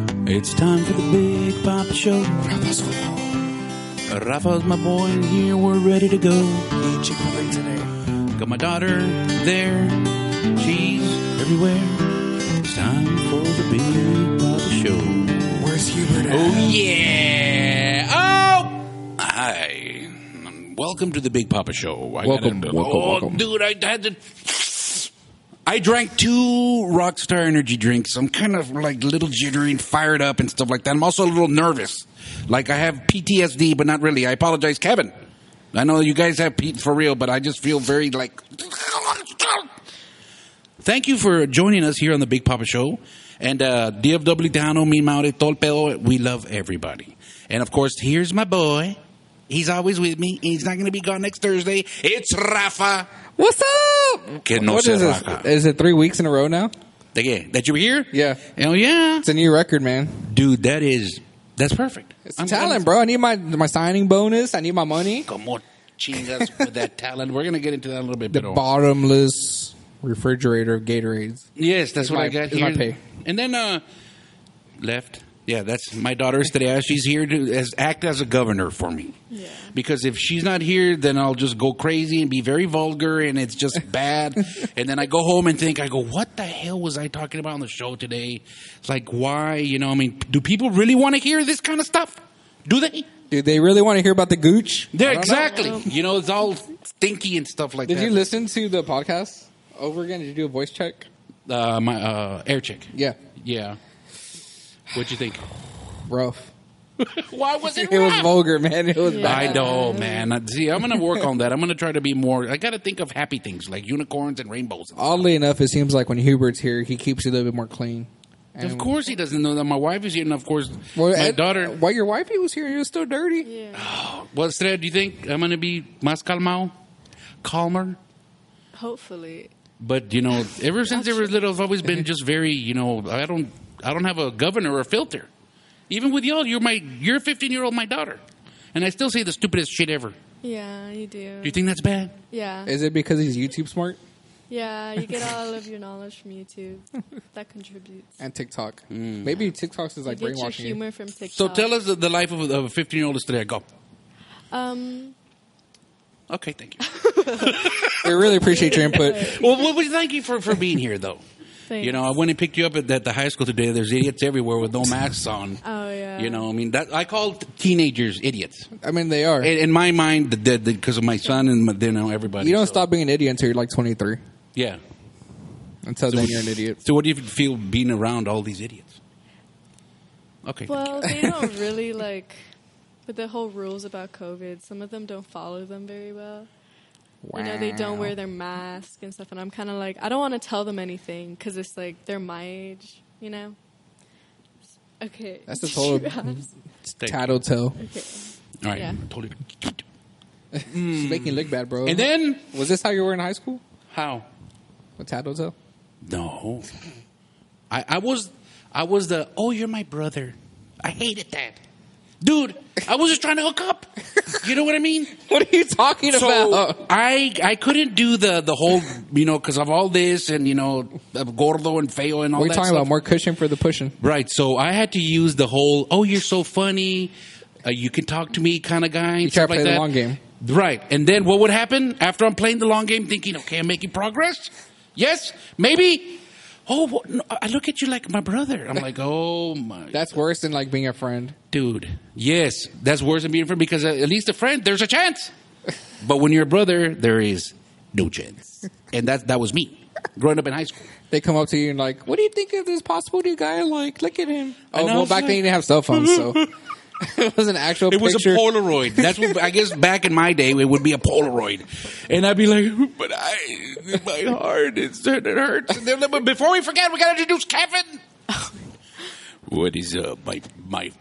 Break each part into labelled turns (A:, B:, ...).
A: time for the Big Papa Show. Rafa's Rafa's my boy, and here we're ready to go.
B: Chick fil A today.
A: Got my daughter there, she's everywhere. It's time for the Big Papa Show.
B: Where's Hubert at?
A: Oh yeah! Oh, hi. Welcome to the Big Papa Show. I
C: Welcome,
A: gotta-
C: welcome,
A: oh,
C: welcome.
A: dude, I had to. I drank two Rockstar energy drinks. I'm kind of like a little jittery and fired up and stuff like that. I'm also a little nervous. Like I have PTSD, but not really. I apologize, Kevin. I know you guys have Pete for real, but I just feel very like. Thank you for joining us here on the Big Papa Show. And uh, DFW Tejano, Mi Maure, Tolpedo, we love everybody. And of course, here's my boy. He's always with me. He's not going to be gone next Thursday. It's Rafa.
C: What's up?
A: Que no
C: what
A: se
C: is this?
A: raja.
C: Is it three weeks in a row now?
A: Again, that you were here?
C: Yeah.
A: Oh, yeah.
C: It's a new record, man.
A: Dude, that is, that's perfect.
C: It's talent, bro. I need my my signing bonus. I need my money.
A: Como chingas with that talent. We're going to get into that a little bit.
C: The
A: pero-
C: bottomless refrigerator of Gatorades.
A: Yes, that's
C: It's
A: what
C: my-
A: I got
C: it's my
A: here.
C: pay.
A: And then uh, left. Yeah, that's my daughter Estrella. She's here to as act as a governor for me. Yeah. Because if she's not here, then I'll just go crazy and be very vulgar, and it's just bad. and then I go home and think, I go, what the hell was I talking about on the show today? It's like, why? You know, I mean, do people really want to hear this kind of stuff? Do they?
C: Do they really want to hear about the gooch?
A: They're
C: I don't know. Um,
A: exactly. You know, it's all stinky and stuff like
C: Did
A: that.
C: you listen to the podcast over again? Did you do a voice check?
A: uh, my uh, air check.
C: Yeah,
A: Yeah. What'd you think?
C: rough.
A: Why was it?
C: It was
A: rough?
C: vulgar, man. It was bad.
A: I know, man. I- See, I'm gonna work on that. I'm gonna try to be more. I gotta think of happy things like unicorns and rainbows.
C: Oddly enough, it seems like when Hubert's here, he keeps you a little bit more clean. And-
A: Of course, he doesn't know that my wife is here, and of course,
C: Well,
A: my
C: Ed-
A: daughter.
C: While your wife was here, you was still dirty.
A: Ah.
D: Yeah.
A: Well, Estrella, do you think I'm gonna be más calmado, calmer?
D: Hopefully.
A: But you know, ever since I was little, I've always been just very. You know, I don't, I don't have a governor or filter. Even with y'all, you're my, you're 15 year old, my daughter, and I still say the stupidest shit ever. Do
D: Yeah, you do.
A: you think that's bad?
D: yeah.
C: Is it because he's YouTube smart
D: yeah, you get all of your knowledge from YouTube. That contributes.
C: and TikTok?
A: Hmm.
C: Maybe TikTok's is like
D: you get your
C: brainwashing. You.
D: humor from TikTok.
A: So tell us the, the life of, of a 15 year old Estrella. Go.
D: Um,
A: Okay, thank you.
C: We really appreciate your input.
A: Well, well, we thank you for, for being here, though.
D: Thanks.
A: You know, I went and picked you up at, at the high school today. There's idiots everywhere with no masks on.
D: Oh, yeah.
A: You know, I mean, that I call teenagers idiots.
C: I mean, they are.
A: In, in my mind, because the, 'cause of my son and my, you know everybody.
C: you don't
A: so-
C: stop being an idiot until you're like 23.
A: Yeah.
C: Until then, you're an idiot.
A: So, what do you feel being around all these idiots? Okay.
D: well, they don't really like. With the whole rules about COVID, some of them don't follow them very well. You know, they don't wear their mask and stuff, and I'm kind of like, I don't want to tell them anything because it's like they're my age, you know? Okay.
C: That's the total-
D: You asked.
A: Thank you.
C: Tattletale.
D: okay.
A: All right.
D: yeah.
A: Totally.
C: It's making you look bad, bro.
A: And then
C: was this how you were in high school?
A: how?
C: A tattletale?
A: No. I, I was I was the oh you're my brother. I hated that. Dude, I was just trying to hook up. You know what I mean?
C: What are you talking about?
A: So I I couldn't do the the whole you know because of all this and you know of gordo and feo and all
C: We're
A: that.
C: talking
A: stuff.
C: about more cushion for the pushing.
A: right? So I had to use the whole oh you're so funny, uh, you can talk to me kind of guy. You
C: try to
A: like
C: play the
A: that.
C: long game.
A: right? And then what would happen after I'm playing the long game, thinking okay I'm making progress, yes, maybe. Oh, wha- no, I look at you like my brother. I'm like, oh my
C: That's worse than like being a friend.
A: dude. Yes, that's worse than being a friend because uh, at least a friend, there's a chance. But when you're a brother, there is no chance, and that that was me growing up in high school.
C: They come up to you and like, what do you think of this possibility guy? Like, look at him. Oh,
A: And I
C: well,
A: was
C: back then
A: like-
C: you didn't have cell phones, so it was an actual.
A: It was
C: picture.
A: a Polaroid. That's what I guess back in my day it would be a Polaroid, and I'd be like, "But I, my heart is it hurts." And then, but before we forget, we gotta introduce Kevin. what is uh, my my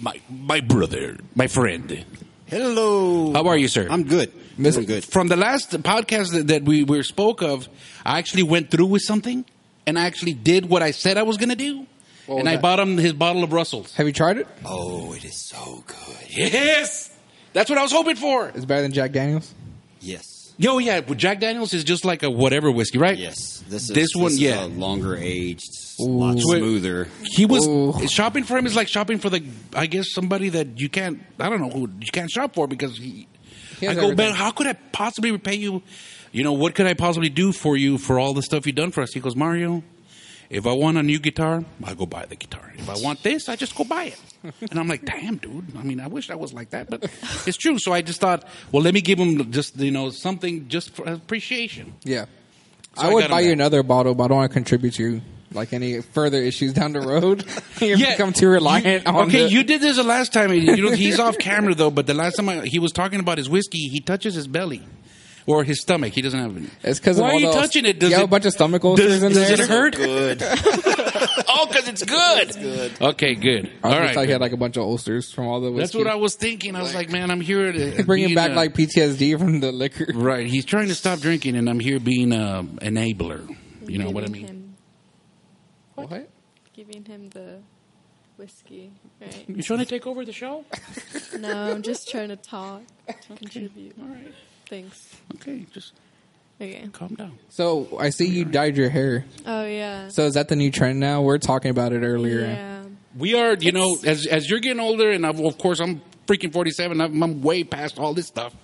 A: my my brother, my friend?
E: Hello.
A: How are you, sir?
E: I'm good.
C: Miss-
E: Very good.
A: From the last podcast that, that we were spoke of, I actually went through with something, and I actually did what I said I was gonna do,
C: was
A: and I
C: that?
A: bought him his bottle of Russells.
C: Have you tried it?
E: Oh, it is so good.
A: Yes, that's what I was hoping for.
C: It's better than Jack Daniels.
E: Yes.
A: Yo, yeah, but Jack Daniels is just like a whatever whiskey, right?
E: Yes, this is,
A: This one,
E: is
A: yeah.
E: a longer aged, a lot
A: Wait.
E: smoother.
A: He was
C: Ooh.
A: shopping for him is like shopping for the I guess somebody that you can't I don't know who you can't shop for because he,
C: He
A: I
C: has
A: go man
C: everything."
A: how could I possibly repay you you know what could I possibly do for you for all the stuff you've done for us he goes Mario if I want a new guitar I go buy the guitar if I want this I just go buy it and I'm like damn dude I mean I wish I was like that but it's true so I just thought well let me give him just you know something just for appreciation
C: Yeah.
A: So
C: I
A: I
C: would
A: got him
C: buy you
A: that.
C: another bottle, but I don't want to contribute to you, like any further issues down the road. you
A: Yeah.
C: become too reliant
A: You-
C: on
A: Okay,
C: the-
A: you did this the last time. and, You know, he's off camera though. But the last time I, he was talking about his whiskey, he touches his belly or his stomach. He doesn't have any.
C: It's because
A: why are you touching it? Does
C: you have
A: it
C: a bunch of stomach
A: does-
C: ulcers in
A: does it
C: there.
A: hurt?
E: Good.
A: Oh, because it's good. Okay, good.
C: I
A: All
C: just thought
A: right.
C: he had like a bunch of ulcers from all the
A: That's
C: whiskey.
A: what I was thinking. I was like, man, I'm here to
C: bringing
A: being
C: back
A: a-
C: like PTSD from the liquor.
A: right. He's trying to stop drinking, and I'm here being a enabler. You know what I
D: Giving
A: mean?
D: him-
C: What?
D: Giving him the whiskey, right?
A: You trying to take over the show?
D: no, I'm just trying to talk to contribute.
A: All right.
D: Thanks.
A: Okay, just
D: Okay.
A: calm down.
C: So I see you dyed your hair.
D: Oh yeah.
C: So is that the new trend now? We're talking about it earlier.
D: yeah.
A: We are, you know, as as you're getting older, and I've, of course I'm freaking 47. I'm, I'm way past all this stuff.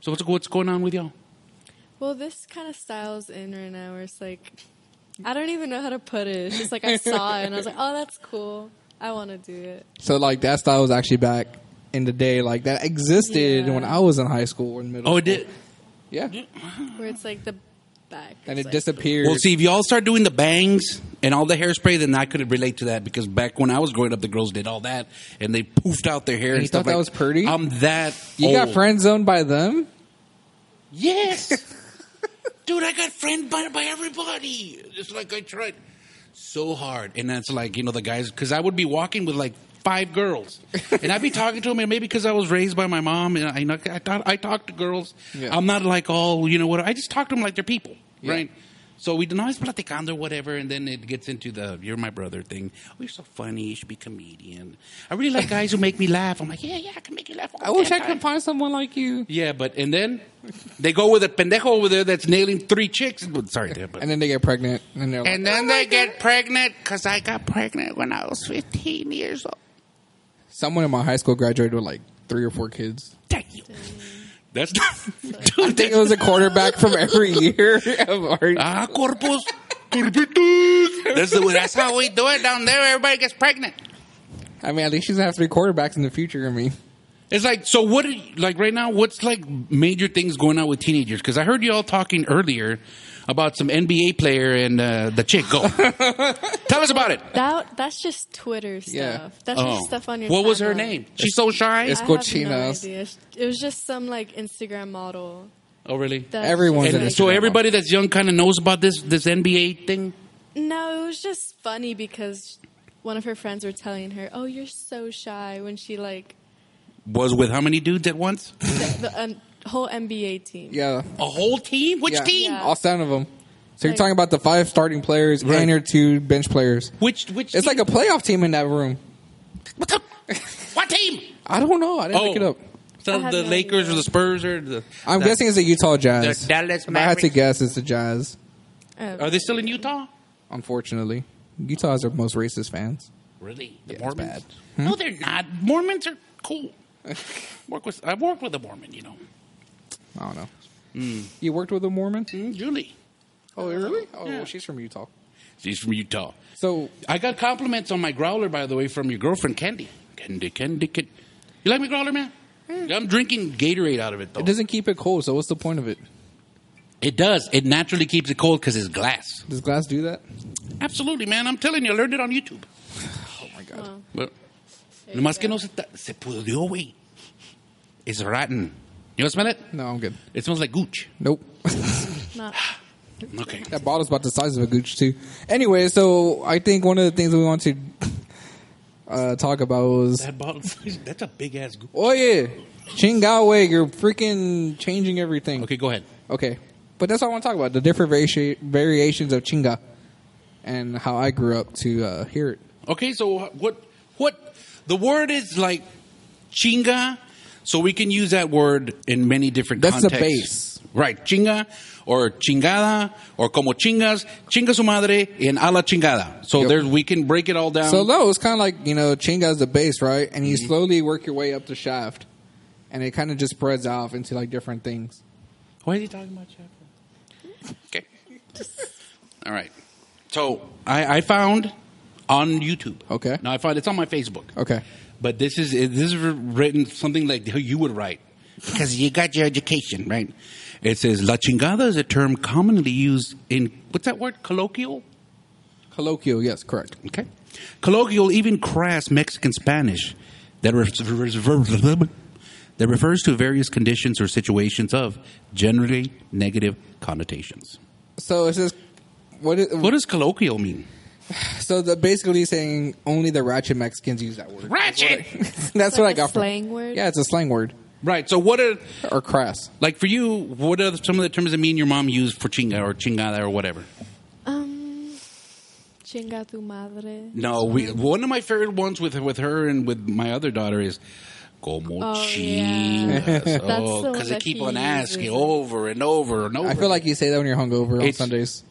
A: So what's what's going on with y'all?
D: Well, this kind of style's in right now. Where it's like, I don't even know how to put it. It's just like I saw it and I was like, oh, that's cool. I want to do it.
C: So like that style was actually back in the day. Like that existed
D: Yeah.
C: when I was in high school or in middle.
A: Oh, it
C: school.
A: did.
C: Yeah.
D: Where it's like the back.
C: And
D: is,
C: it
D: like,
C: disappeared.
A: Well, see, if y'all start doing the bangs and all the hairspray, then I could relate to that because back when I was growing up, the girls did all that and they poofed out their hair.
C: And
A: And,
C: you
A: stuff
C: thought that
A: like-
C: was pretty?
A: I'm that.
C: you got
A: old.
C: friend zoned by them.
A: Yes. Dude, I got friend by, by everybody. It's like I tried so hard. And that's like, you know, the guys, because I would be walking with like five girls. And I'd be talking to them, and maybe because I was raised by my mom, and I, I, thought, I talk to girls.
C: Yeah.
A: I'm not like, all you know what? I just talk to them like they're people,
C: Yeah.
A: right? So we denies platicando, whatever, and then it gets into the you're my brother thing. Oh, you're so funny. You should be a comedian. I really like guys who make me laugh. I'm like, yeah, yeah, I can make you laugh. all
C: I wish
A: damn
C: I
A: time."
C: could find someone like you.
A: Yeah, but and then they go with a pendejo over there that's nailing three chicks. Sorry, Dad, but
C: And then they get pregnant, and they're like,
A: and then they get pregnant because I got pregnant when I was fifteen years old.
C: someone in my high school graduated with like three or four kids.
A: Dang you. That's not.
C: I think it was a quarterback from every year of our.
A: ah corpus turbitus. That's the way. That's how we do it down there. Everybody gets pregnant.
C: I mean, at least she's gonna have three quarterbacks in the future. I mean,
A: It's like so. What are you- like right now? What's like major things going on with teenagers? Because I heard you all talking earlier about some NBA player and uh, the chick. Go tell us about it.
D: That that's just Twitter stuff.
C: Yeah.
D: That's
A: Oh.
D: just stuff on your.
A: What was her
D: timeline.
A: name? She's so shy.
C: It's
D: I
C: Cochinas.
D: Have no idea. It was just some like Instagram model.
A: Oh, really?
D: That
C: Everyone's
D: just,
C: an
A: And
D: like-
A: so everybody that's young kind of knows about this this NBA thing.
D: No, it was just funny because one of her friends were telling her, "Oh, you're so shy," when she like
A: Was with how many dudes at once?
D: the um, whole NBA team.
C: yeah,
A: A whole team? Which
C: yeah.
A: team?
D: Yeah.
C: all seven of them. So you're
D: Like-
C: talking about the five starting players
A: Right.
C: and your two bench players.
A: Which which?
C: It's like a playoff team in that room.
A: what, the, what team? Oh.
C: I don't know. I didn't look it up.
A: So
D: I have
A: the
D: no
A: Lakers
D: idea.
A: or the Spurs or the?
C: I'm
A: the-
C: guessing it's the Utah Jazz.
A: the Dallas
C: if I had to
A: Mavericks.
C: guess, it's the Jazz.
D: Um,
A: Are they still in Utah?
C: Unfortunately, Utah is our most racist fans.
A: Really? The
C: it's
A: Mormons?
C: bad. Hmm?
A: No, they're not. Mormons are cool. Work with I've worked with a Mormon, you know.
C: I don't know.
A: Hmm.
C: You worked with a Mormon?
A: Julie.
C: Oh, really? Oh,
A: Yeah.
C: well, she's from Utah.
A: She's from Utah.
C: So
A: I got compliments on my growler, by the way, from your girlfriend, Candy. Candy, Candy, Candy. You like my growler, man? I'm drinking Gatorade out of it, though.
C: it doesn't keep it cold. So what's the point of it?
A: It does. It naturally keeps it cold because it's glass.
C: Does glass do that?
A: Absolutely, man. I'm telling you, I learned it on YouTube.
C: Oh my god.
D: well,
A: Well,
D: there you
A: nomás que
D: go.
A: no se, ta- se pudrió, güey. It's rotten. You want to smell it?
C: No, I'm good.
A: It smells like gooch.
C: Nope.
D: Not-
A: Okay.
C: that bottle's about the size of a Gooch too. Anyway, so I think one of the things we want to uh, talk about was
A: That bottle, that's a big ass gooch.
C: oh yeah, Chingawe, you're freaking changing everything.
A: Okay, go ahead.
C: Okay. But that's what I want to talk about the different varia- variations of chinga and how I grew up to uh, hear it.
A: Okay, so what? What? The word is like chinga, so we can use that word in many different
C: That's the
A: contexts.
C: base.
A: Right, chinga or chingada or como chingas, chinga su madre and a la chingada. So
C: Yep.
A: there's we can break it all down.
C: So no, it's kind of like you know, chinga's the base, right?
A: Mm-hmm.
C: And you slowly work your way up the shaft, and it kind of just spreads off into like different things.
A: Why is he talking about chakra? Okay. All right. So I, I found on YouTube.
C: Okay.
A: Now I found it's on my Facebook.
C: Okay.
A: But this is this is written something like how you would write because you got your education right. It says la chingada is a term commonly used in what's that word colloquial.
C: Colloquial, yes, correct.
A: Okay. Colloquial, even crass Mexican Spanish that, re- that refers to various conditions or situations of generally negative connotations.
C: So it says, what is,
A: What does colloquial mean?
C: so the, basically saying only the ratchet Mexicans use that word.
A: Ratchet!
C: That's
D: It's
C: what I
D: like a
C: got. from-
D: slang word?
C: Yeah, it's a slang word
A: Right, so what are,
C: or crass.
A: like for you, what are some of the terms that me and your mom use for chinga or chingada or whatever?
D: Um, chinga tu madre.
A: No, we, one of my favorite ones with, with her and with my other daughter is como
D: Oh, yeah.
A: chingas.
D: That's the
A: Oh,
D: one
A: because I
D: that
A: keep
D: he
A: on asking
D: uses.
A: over and over and over.
C: I feel like you say that when you're hungover on
A: It's-
C: Sundays.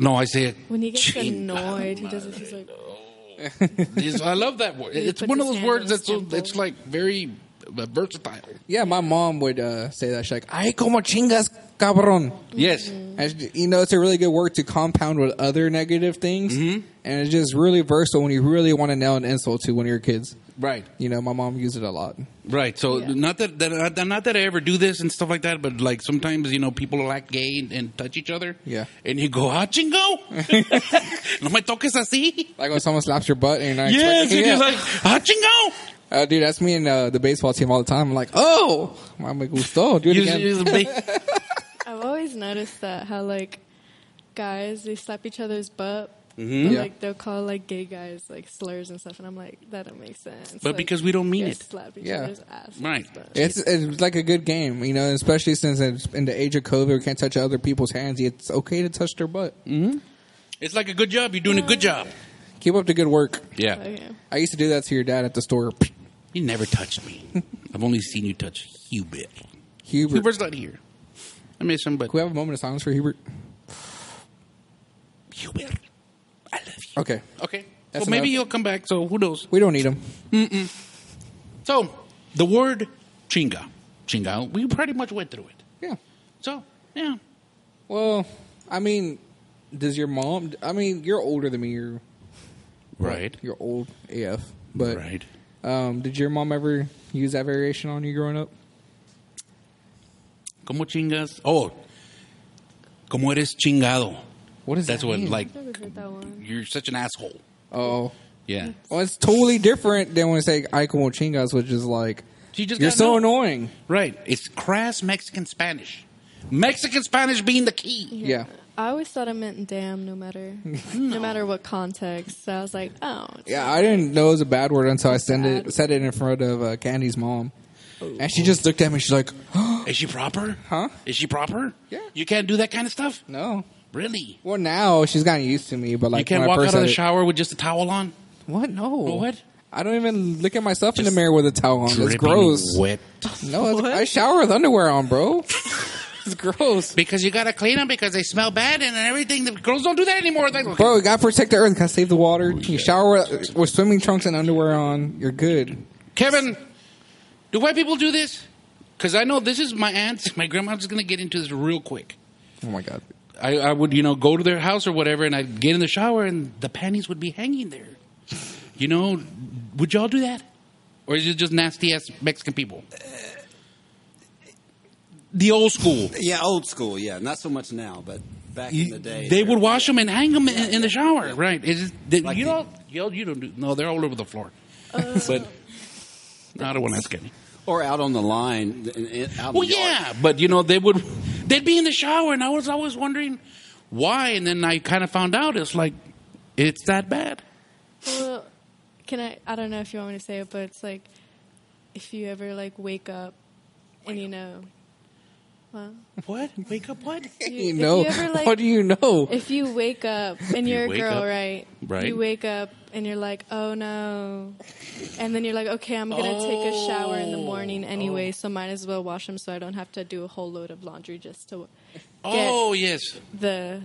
A: No, I say it.
D: When he gets
A: Chinga
D: annoyed, he does it. He's like,
A: This- I love that word. It's
D: put
A: one of
D: his
A: those
D: hand
A: words
D: on his
A: that's so,
D: temple.
A: it's like very uh, versatile.
D: Mm-hmm.
C: Yeah, my mom would uh, say that. She's like, "Ay, como chingas, cabron."
A: Yes.
C: And she- you know, it's a really good word to compound with other negative things,
A: Mm-hmm.
C: and it's just really versatile when you really want to nail an insult to one of your kids.
A: Right.
C: You know, my mom used it a lot.
A: Right. So
D: Yeah.
A: not that, that not, not that I ever do this and stuff like that, but like sometimes you know people will act gay and, and touch each other.
C: Yeah.
A: And you go, ah, chingo. no me toques así.
C: Like when someone slaps your butt and you're not
A: Yes.
C: expecting
A: And
C: yeah.
A: you're like, ah, chingo.
C: Uh, dude, that's me and uh, the baseball team all the time. I'm like, oh, mama gusto. Do it
A: You-
C: again.
A: you- they-
D: I've always noticed that how like guys they slap each other's butt. But,
C: Mm-hmm. Yeah.
D: Like they'll call like gay guys like slurs and stuff, and I'm like that don't make sense.
A: But
D: Like,
A: because we don't mean
D: guys
A: it.
D: slap each
C: Yeah.
D: other's ass.
A: Right.
D: But-
C: It's, it's like a good game, you know, especially since it's in the age of COVID, we can't touch other people's hands. It's okay to touch their butt.
A: Mm-hmm. it's like a good job. You're doing a good job.
C: Keep up the good work.
A: Yeah.
D: Okay.
C: I used to do that to your dad at the store.
A: You never touched me. I've only seen you touch Hubert.
C: Hubert.
A: Hubert's not here. I miss him, but
C: Can we have a moment of silence for Hubert?
A: Hubert, I love you.
C: Okay.
A: Okay.
C: That's
A: well, maybe
C: enough.
A: he'll come back, so who knows?
C: We don't need him.
A: So, the word chinga, chinga, we pretty much went through it.
C: Yeah.
A: So, yeah.
C: Well, I mean, does your mom? I mean, you're older than me. You're
A: Right.
C: you're old AF. But
A: right.
C: um, did your mom ever use that variation on you growing up?
A: Como chingas? Oh, como eres chingado.
C: What is
A: That's
C: that?
A: what,
C: mean?
A: like,
D: I've never heard that one.
A: you're such an asshole.
C: Oh,
A: Yeah.
C: well, it's totally different than when I say "ay como chingas," which is like
A: She just
C: you're
A: got
C: so
A: no-
C: annoying.
A: Right. It's crass Mexican Spanish. Mexican Spanish being the key.
C: Yeah.
D: I always thought it meant damn, no matter no, matter what context. So I was like, oh, it's
C: Yeah, I didn't know it was a bad word until I send it,
D: Bad.
C: said it in front of uh, Candy's mom,
A: Oh.
C: and she just looked at me. She's like,
A: Is she proper?
C: Huh?
A: Is she proper?
C: Yeah.
A: You can't do that kind of stuff?
C: "No."
A: Really?
C: Well, now she's gotten used to me, but like
A: you can't
C: when
A: walk
C: I
A: out
C: first
A: of the
C: said it-
A: shower with just a towel on?
C: What? No.
A: What?
C: I don't even look at myself in
A: Just
C: the mirror with a towel on. It's
A: Dripping
C: gross.
A: Wet.
C: No, it's, I shower with underwear on, bro. it's gross.
A: Because you gotta clean them because they smell bad and everything. The girls don't do that anymore. They-
C: Bro, you gotta protect the earth. Gotta save the water.
A: Oh,
C: You shower with, with swimming trunks and underwear on. You're good.
A: Kevin, do white people do this? Because I know this is my aunt's, my grandma's gonna get into this real quick.
C: Oh my god.
A: I, I would, you know, go to their house or whatever, and I'd get in the shower, and the panties would be hanging there. You know, would y'all do that, or is it just nasty ass Mexican people? The old school.
E: Yeah, old school. Yeah, not so much now, but back in the day,
A: they would wash them and hang them in, in the shower,
E: yeah.
A: right? It's, they,
E: Like
A: you
E: the-
A: don't, you, you don't do. No, they're all over the floor. but I don't want to ask any.
E: or out on the line. in- in- out in
A: Well,
E: the yard.
A: yeah, but you know they would. They'd be in the shower, and I was always wondering why. And then I kind of found out it's like it's that bad.
D: Well, can I? I don't know if you want me to say it, but it's like if you ever like wake up and you know Wow.
A: What? Wake up? What?
C: You
D: if
C: know?
D: ever, like-
C: what do you know?
D: If you wake up and
A: you
D: you're a
A: wake
D: girl,
A: up-
D: right?
A: right.
D: You wake up and you're like, oh no. And then you're like, okay, I'm going to take a shower in the morning
A: Oh.
D: anyway, so might as well wash them so I don't have to do a whole load of laundry just to
A: Oh yes.
D: get the.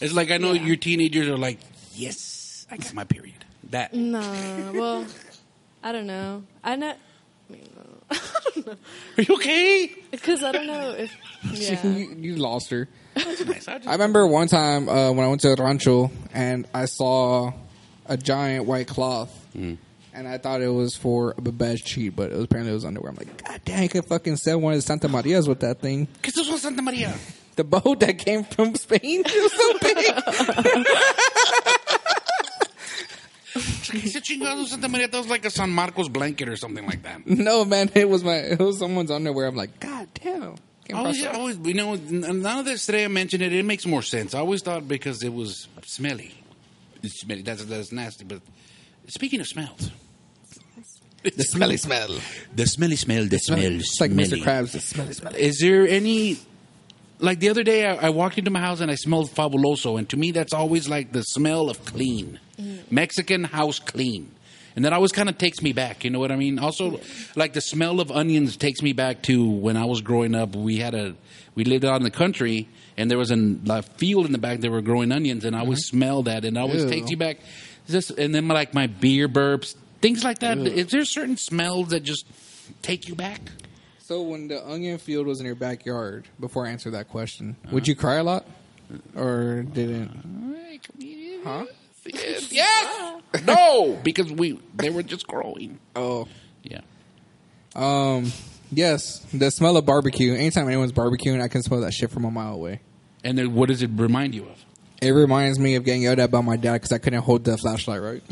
A: It's like I know
D: Yeah.
A: your teenagers are like, yes, I got my period. That
D: Mm. No. Well, I don't know. I know.
A: are you okay?
D: Because I don't know if. Yeah.
C: you, you lost her.
A: Nice. I just-
C: I remember one time uh, when I went to Rancho and I saw a giant white cloth,
A: Mm.
C: and I thought it was for a bed sheet, but it was apparently it was underwear. I'm like, God damn, you could fucking sell one of the Santa Marias with that thing.
A: ¿Qué es eso, Santa María?
C: The boat that came from Spain it was so big.
A: ¿Qué es chingado Santa María? That was like a San Marcos blanket or something like that.
C: no, man, it was my it was someone's underwear. I'm like, God damn.
A: I
C: Came from
A: always, I always, Oh, you know, n- now that Estrella mentioned it, it makes more sense. I always thought because it was smelly. It's smelly. That's, that's nasty. But speaking of smells,
C: the smelly smell.
A: the smelly smell, the smell,
C: It's like Mr. Krabs. The smelly smell.
A: Is there any. Like the other day, I, I walked into my house and I smelled fabuloso, and to me, that's always like the smell of clean Mexican house clean, and that always kind of takes me back. You know what I mean? Also, like the smell of onions takes me back to when I was growing up. We had a we lived out in the country, and there was an- a field in the back that were growing onions, and I always smell that, and it always
C: Ew.
A: takes you back. Just and then like my beer burps, things like that. Is there certain smells that just take you back?
C: So when the onion field was in your backyard, before I answer that question,
A: Uh-huh.
C: would you cry a lot, or didn't? Huh?
A: Yes. no, because we they were just growing.
C: Oh,
A: Yeah.
C: um, yes. The smell of barbecue. Anytime anyone's barbecuing, I can smell that shit from a mile away.
A: And then what does it remind you of?
C: It reminds me of getting yelled at by my dad because I couldn't hold the flashlight right.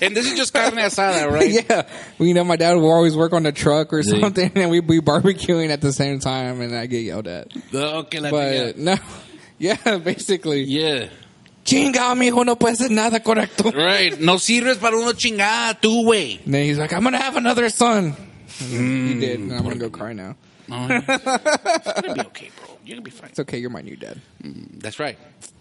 A: And this is just carne asada, right?
C: yeah, well, you know, my dad would always work on the truck or
A: Yeah.
C: something, and we'd be barbecuing at the same time, and I get yelled at.
A: Uh, Okay, let
C: But
A: me
C: no, yeah, basically.
A: get it.
C: Chingado, mijo, no puede ser nada correcto.
A: Yeah. Right. No sirves para uno chingada tu way.
C: And then he's like, I'm gonna have another son. He did, and I'm gonna go cry now.
A: Oh, yeah. it's gonna be okay, bro. You're gonna be fine.
C: It's okay, you're my new dad.
A: That's right.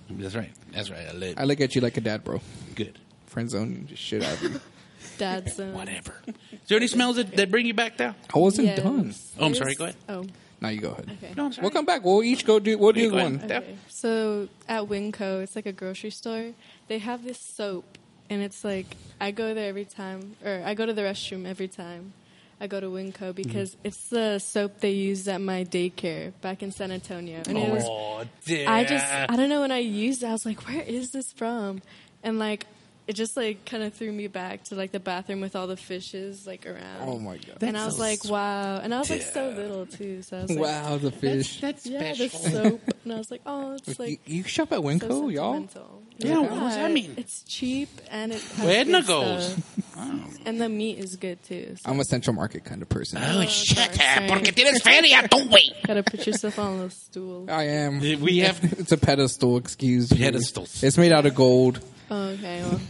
A: That's right. That's right. I live
C: I look at you like a dad, bro.
A: good.
C: Friend zone you just shit out of you.
D: Dad's. um,
A: Whatever. Is there any smells that, that bring you back now?
C: I wasn't
D: yes.
C: done.
A: Oh, I'm sorry, go ahead.
D: Oh,
C: Now you go ahead.
D: okay.
A: No, I'm sorry.
C: We'll come back. We'll each go do. We'll do
A: Go ahead.
C: one.
A: Yeah.
D: Okay. So at Winco, it's like a grocery store. They have this soap, and it's like I go there every time, or I go to the restroom every time I go to
C: Mm-hmm.
D: Winco because it's the soap they used at my daycare back in San Antonio. And it was,
A: Oh, dear.
D: I just, I don't know when I used it, I was like, where is this from? And like, it just like kind of threw me back to like the bathroom with all the fishes like around.
C: Oh my god!
D: And I was like, wow. And I was like so little too. So I was like,
C: wow, the fish.
A: That's
D: yeah, the
A: special.
D: soap. And I was like, oh, it's
C: you,
D: like
C: you shop at Winco,
D: so
C: y'all.
D: sentimental.
A: Yeah, what does that mean?
D: It's cheap and it has
A: Where Edna
D: good
A: goes.
D: stuff. and the meat is good too. So
C: I'm a central market kind of person.
A: Oh, shut
D: sorry.
A: up, porque tienes feria, tu way.
D: gotta put yourself on a little stool.
C: I am.
A: We have-
C: It's a pedestal. Excuse me.
A: Pedestals.
C: It's made out of gold.
D: Oh, okay, well,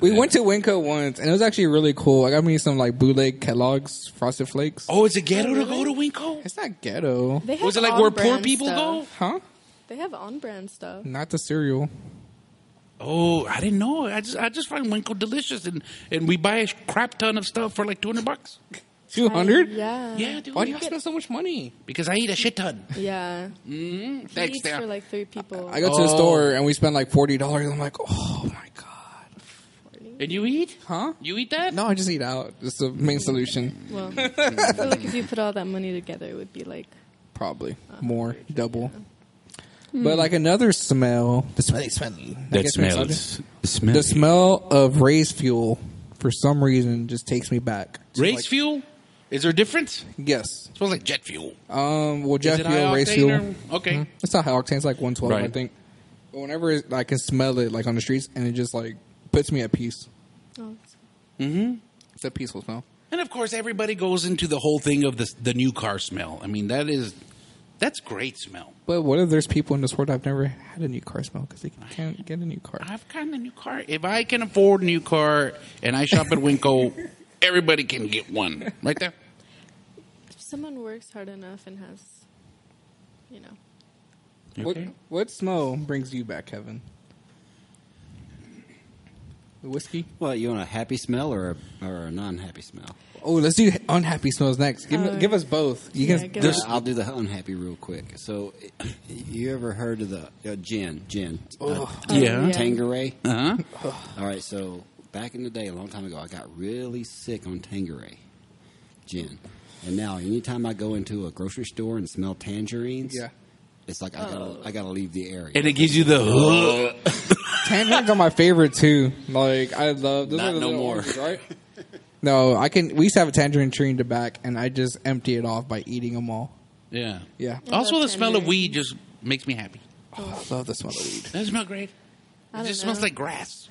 C: We went to Winco once, and it was actually really cool. I got me some like bootleg Kellogg's Frosted Flakes.
A: Oh, is it ghetto to go to Winko?
C: It's not ghetto,
D: they have
A: Was it like where poor people go?
C: huh?
D: They have on-brand stuff.
C: Not the cereal.
A: Oh, I didn't know. I just I just find Winko delicious, and and we buy a crap ton of stuff for like two hundred bucks.
C: Two hundred.
D: Yeah,
A: Yeah, dude.
C: Why do you spend so much money?
A: Because I eat a shit ton.
D: yeah.
A: Mm-hmm. Thanks,
D: Each for
A: there.
D: like three people.
C: I go to the
A: Oh.
C: store and we spend like forty dollars. I'm like, oh my god,
A: And you eat?
C: huh?
A: You eat that?
C: No, I just eat out. It's the main solution,
D: well, I feel like if you put all that money together, it would be like
C: probably more double. But like another smell, the smelly smell I guess we decided-
A: Smells.
C: The smell of race fuel for some reason just takes me back. Just
A: Race
C: like-
A: fuel? Is there a difference?
C: Yes.
A: It smells like jet fuel.
C: Um. Well, jet
A: Is it
C: fuel,
A: high
C: race
A: octane
C: fuel. Mm-hmm.
A: or- okay.
C: It's not high octane. It's like one twelve, I
A: Right.
C: think. But whenever it, I can smell it, like on the streets, and it just like puts me at peace.
D: oh,
C: It's a peaceful smell.
A: And of course, everybody goes into the whole thing of the the new car smell. I mean, that is that's great smell.
C: But what if there's people in this world I've never had a new car smell because they can't get a new car?
A: I've gotten a new car. If I can afford a new car and I shop at Winko, everybody can get one. Right there.
D: it's someone works hard enough and has, you know,
A: You
C: What
A: okay?
C: what smell brings you back, Kevin? The whiskey.
E: Well, you want a happy smell or a, or a non-happy smell?
C: Oh, let's do unhappy smells next. Give, me-
D: Oh,
C: give us both. You
D: yeah,
C: can.
D: give
E: There's,
D: us-
E: I'll do the unhappy real quick. So, you ever heard of the uh, gin? Gin. Uh,
A: Yeah.
E: Tangeray.
A: Uh huh.
E: All right, so back in the day, a long time ago, I got really sick on Tangeray gin. And now, anytime I go into a grocery store and smell tangerines,
C: Yeah.
E: it's like I gotta, I gotta leave the area.
A: And it gives you the.
C: Tangerines are my favorite too. Like I love those
E: Not
C: are the
E: no
C: little
E: more.
C: oranges, right? no, I can. We used to have a tangerine tree in the back, and I just empty it off by eating them all.
A: yeah.
C: Yeah,
D: I
A: Also,
D: love
A: the smell of
D: tangerine.
A: weed just makes me happy.
C: Oh, I love the smell of weed.
A: Doesn't it smell great? it
D: I don't
A: just
D: know.
A: smells like grass.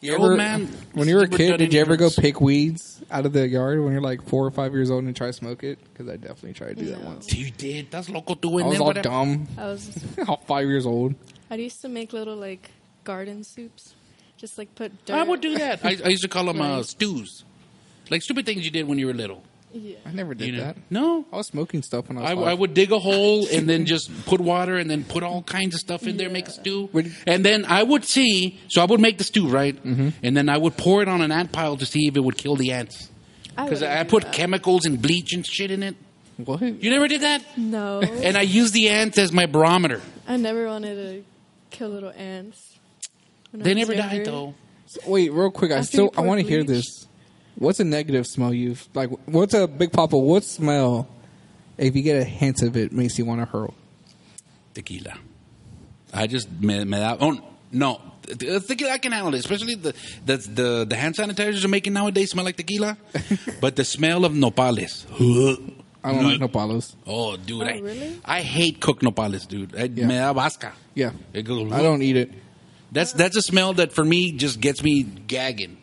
C: You
A: Old man,
C: when you were a
A: super
C: kid,
A: dud
C: did you ever go
A: ignorance.
C: pick weeds out of the yard when you're like four or five years old and try to smoke it? Because I definitely tried to do that
D: No.
C: once.
A: You did. That's local doing
C: I was
A: that.
C: all
A: whatever.
C: dumb.
D: I was
C: all five years old.
D: I used to make little like garden soups, just like put dirt.
A: I would do that. I, I used to call them uh,
D: Right.
A: stews, like stupid things you did when you were little.
D: Yeah.
C: I never did
A: You know?
C: that.
A: No,
C: I was smoking stuff when I was.
A: I,
C: five.
A: I would dig a hole and then just put water and then put all kinds of stuff in there, make a stew.
C: Would-
A: And then I would see, so I would make the stew, right? And then I would pour it on an ant pile to see if it would kill the ants. Because
D: wouldn't
A: I, I
D: do
A: put
D: that.
A: chemicals and bleach and shit in it.
C: What?
A: You never did that?
D: No,
A: And I used the ants as my barometer.
D: I never wanted to kill little ants. when I
A: They
D: was
A: never died,
D: younger.
A: though.
C: Wait, real quick. I
D: After
C: still
D: you
C: I
D: pour
C: want to hear
D: bleach.
C: this. What's a negative smell you've like? What's a big papa? What smell? If you get a hint of it, makes you want to hurl.
A: Tequila. I just me, me da, oh no. Uh, Tequila, I can handle it. Especially the the the, the hand sanitizers are making nowadays smell like tequila, but the smell of nopales.
C: I don't like nopalos.
A: Oh, dude,
D: Oh,
A: I,
D: really?
A: I hate cooked nopales, dude. I, Me da vasca.
C: Yeah,
A: It goes,
C: I don't eat it.
A: That's that's a smell that for me just gets me gagging.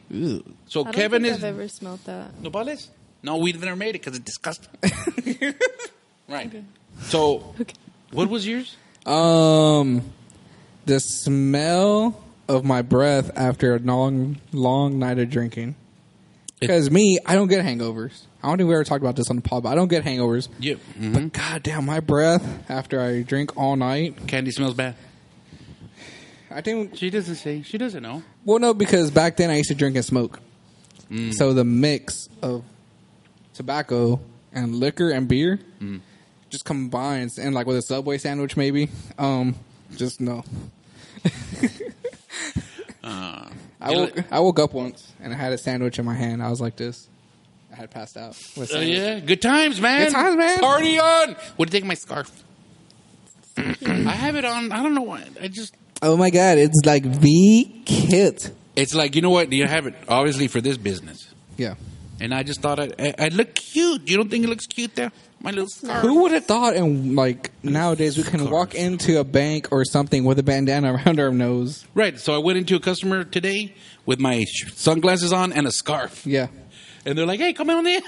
A: So
D: I don't
A: Kevin
D: think
A: is
D: I've ever smelled that.
A: nopales. No, we've never made it because it's disgusting. right.
D: Okay.
A: So,
D: Okay.
A: what was yours?
C: Um, the smell of my breath after a long, long night of drinking.
A: It-
C: Because me, I don't get hangovers. I don't think we ever talked about this on the pod, but I don't get hangovers.
A: Yeah. mm-hmm.
C: But goddamn, my breath after I drink all night.
A: Candy smells bad.
C: I think
A: She doesn't say. She doesn't know.
C: Well, no, because back then I used to drink and smoke.
A: Mm.
C: So the mix of tobacco and liquor and beer
A: Mm.
C: just combines and like with a Subway sandwich maybe. Um, just no. I
A: Uh, you
C: woke
A: li-
C: I woke up once and I had a sandwich in my hand. I was like this. I had passed out. with
A: Oh
C: sandwich.
A: yeah, good times, man.
C: Good times, man.
A: Party on. Would take my scarf. I have it on. I don't know why. I just.
C: Oh my god, it's like V kit.
A: It's like you know what? You have it obviously for this business,
C: Yeah.
A: and I just thought I, I, I look cute. You don't think it looks cute there? My little scarf.
C: Who would have thought? And like nowadays, we can walk into a bank or something with a bandana around our nose.
A: Right. So I went into a customer today with my sh- sunglasses on and a scarf,
C: Yeah,
A: and they're like, "Hey, come on in."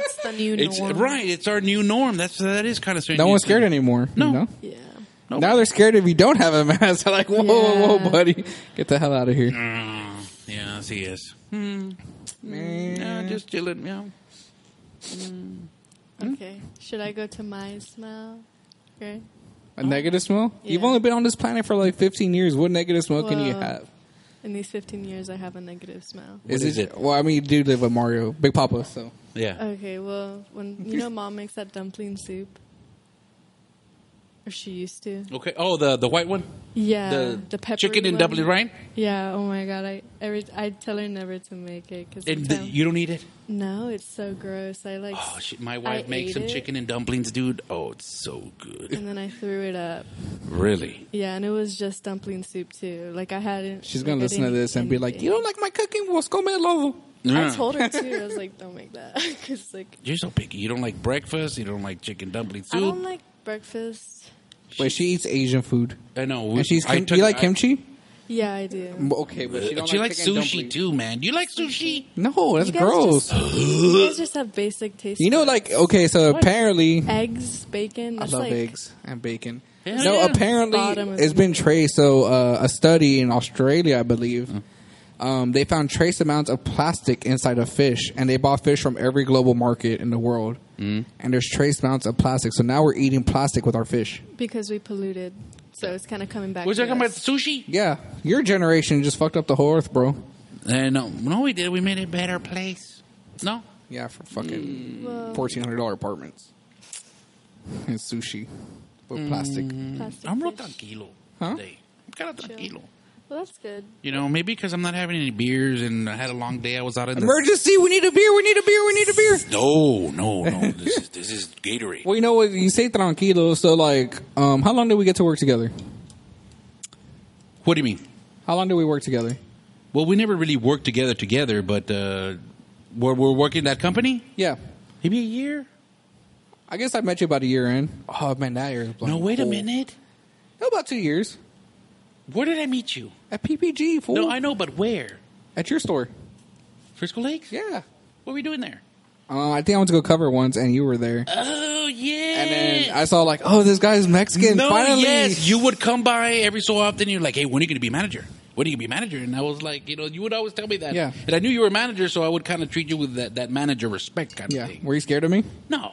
D: It's the new
A: It's
D: norm.
A: right. It's our new norm. That's that is kind of strange.
C: no one's scared anymore.
A: No.
C: you know?
D: Yeah.
A: No.
C: now they're scared if you don't have a mask. They're like, whoa, whoa, whoa,
D: Oh. Yeah.
C: buddy, get the hell out of here.
A: Mm, yeah, he is. Hmm. Yeah, just chilling. Yeah. Hmm?
D: Okay. Should I go to my smell? Okay.
C: A negative smell? You've
D: Yeah.
C: only been on this planet for like 15 years. What negative smell can you
D: Whoa.
C: have?
D: In these 15 years, I have a negative smell.
A: is it?
C: Well, I mean, you do live with Mario, Big Papa, so
A: Yeah.
D: Okay, well, when you know mom makes that dumpling soup, or she used to.
A: Okay. Oh, the the white one,
D: Yeah,
A: the
D: Uh, the, pepper
A: chicken and
D: one.
A: doubly right,
D: Yeah. Oh my god, I every I tell her never to make it because
A: and the, you don't eat it.
D: no, it's so gross. I like
A: Oh, shit. my
D: I
A: wife makes
D: ate
A: some
D: it,
A: chicken and dumplings, dude. Oh, it's so good.
D: and then I threw it up.
A: Really?
D: Yeah, and it was just dumpling soup too. Like I hadn't.
C: she's
D: like,
C: gonna
D: I
C: listen to
D: didn't eat
C: this and be like,
D: anything.
C: you don't like my cooking? Well, come lovo.
D: I told her too. I was like, don't make that because like
A: You're so picky. You don't like breakfast. You don't like chicken dumpling soup.
D: I don't like breakfast.
C: But she eats Asian food.
A: I know. we-
C: And she's,
A: I
C: kim-
A: took-
C: you like
A: I- Uh,
C: kimchi?
D: Yeah, I do.
C: Okay, but she
A: She,
C: don't like
A: likes sushi
C: chicken dumpling.
A: too, man. Do you like sushi?
C: No, that's
D: You guys
C: gross.
D: You guys just have basic taste.
C: you know, like okay, so apparently
D: eggs, bacon.
C: I
D: That's
C: love
D: like,
C: eggs and bacon.
A: Hell
C: no,
A: yeah.
C: apparently
D: Bottom is
C: it's been traced. So uh, a study in Australia, I believe, um, they found trace amounts of plastic inside of fish, and they bought fish from every global market in the world. Mm. And there's trace amounts of plastic, so now we're eating plastic with our fish.
D: because we polluted. So it's kind of coming back.
A: Was
D: to
A: talking about
D: us.
A: sushi?
C: Yeah, your generation just fucked up the whole earth, bro.
A: Uh, no, no, we did. We made a better place. No,
C: Yeah, for fucking
D: Well,
C: fourteen hundred dollar apartments and sushi with plastic.
D: plastic
A: I'm real
D: fish.
A: tranquilo
C: Huh?
A: today. I'm kind of tranquilo.
D: Well, that's good.
A: You know, maybe because I'm not having any beers and I had a long day. I was out in the
C: Emergency! We need a beer. We need a beer. We need a beer.
A: No, no, no. this is this is Gatorade.
C: Well, you know what? You say tranquilo. So, like, um, how long did we get to work together?
A: What do you mean?
C: How long did we work together?
A: Well, we never really worked together together, but uh, we're we're working that company.
C: Yeah,
A: Maybe a year.
C: I guess I met you about a year in. Oh man, that year. is blown.
A: No, wait a
C: Cool.
A: minute.
C: No, about two years
A: Where did I meet you?
C: at PPG. Fool.
A: No, I know, but where?
C: at your store.
A: Frisco Lakes.
C: Yeah.
A: What were we doing there?
C: Uh, I think I went to go cover once, and you were there.
A: Oh yeah.
C: And then I saw like, oh, this guy's Mexican.
A: no,
C: Finally,
A: yes, you would come by every so often. You're like, hey, when are you going to be manager? When are you going to be manager? And I was like, you know, you would always tell me that.
C: Yeah.
A: And I knew you were a manager, so I would kind of treat you with that, that manager respect kind of
C: yeah.
A: thing.
C: Were you scared of me?
A: No.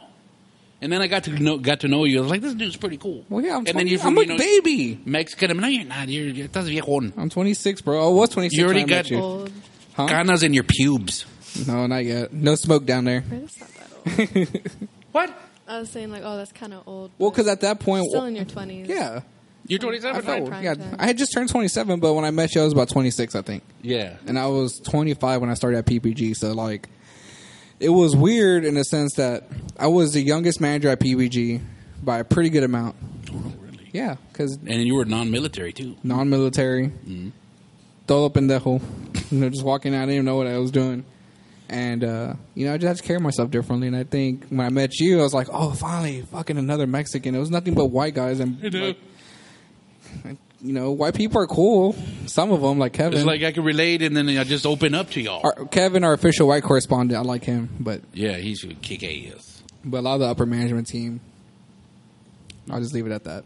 A: And then I got to know got to know you. I was like, this dude's pretty cool.
C: Well, yeah. I'm,
A: and then
C: 20
A: you
C: I'm
A: you
C: a baby.
A: Mexican. I'm, no, you're not. You're, you're that's viejón.
C: I'm 26, bro. I was 26.
A: You already
C: when I met
A: got-
C: you.
D: Old.
C: Huh?
A: Canas in your pubes.
C: No, not yet. No smoke down there.
D: Right, That's not that old.
A: What?
D: I was saying like, oh, that's kind of old.
C: Well,
D: but
C: because at that point,
D: still in your twenties.
C: yeah,
A: You're
C: I
A: 27,
D: Prime
C: felt
A: right?
D: time.
C: yeah. I had just turned 27, but when I met you, I was about 26, I think,
A: Yeah.
C: and I was 25 when I started at PPG. So like, it was weird in the sense that I was the youngest manager at PPG by a pretty good amount.
A: Oh, really.
C: Yeah, because
A: And you were non-military, too.
C: non-military, todo pendejo, you know, just walking out. I didn't even know what I was doing. And uh, you know, I just had to carry myself differently. And I think when I met you, I was like, "Oh, finally, fucking another Mexican." It was nothing but white guys, and like, you know, white people are cool. Some of them, like Kevin,
A: It's like I can relate, and then I just open up to y'all.
C: our, Kevin, our official white correspondent. I like him, but
A: Yeah, he's a kick ass.
C: but a lot of the upper management team, I'll just leave it at that.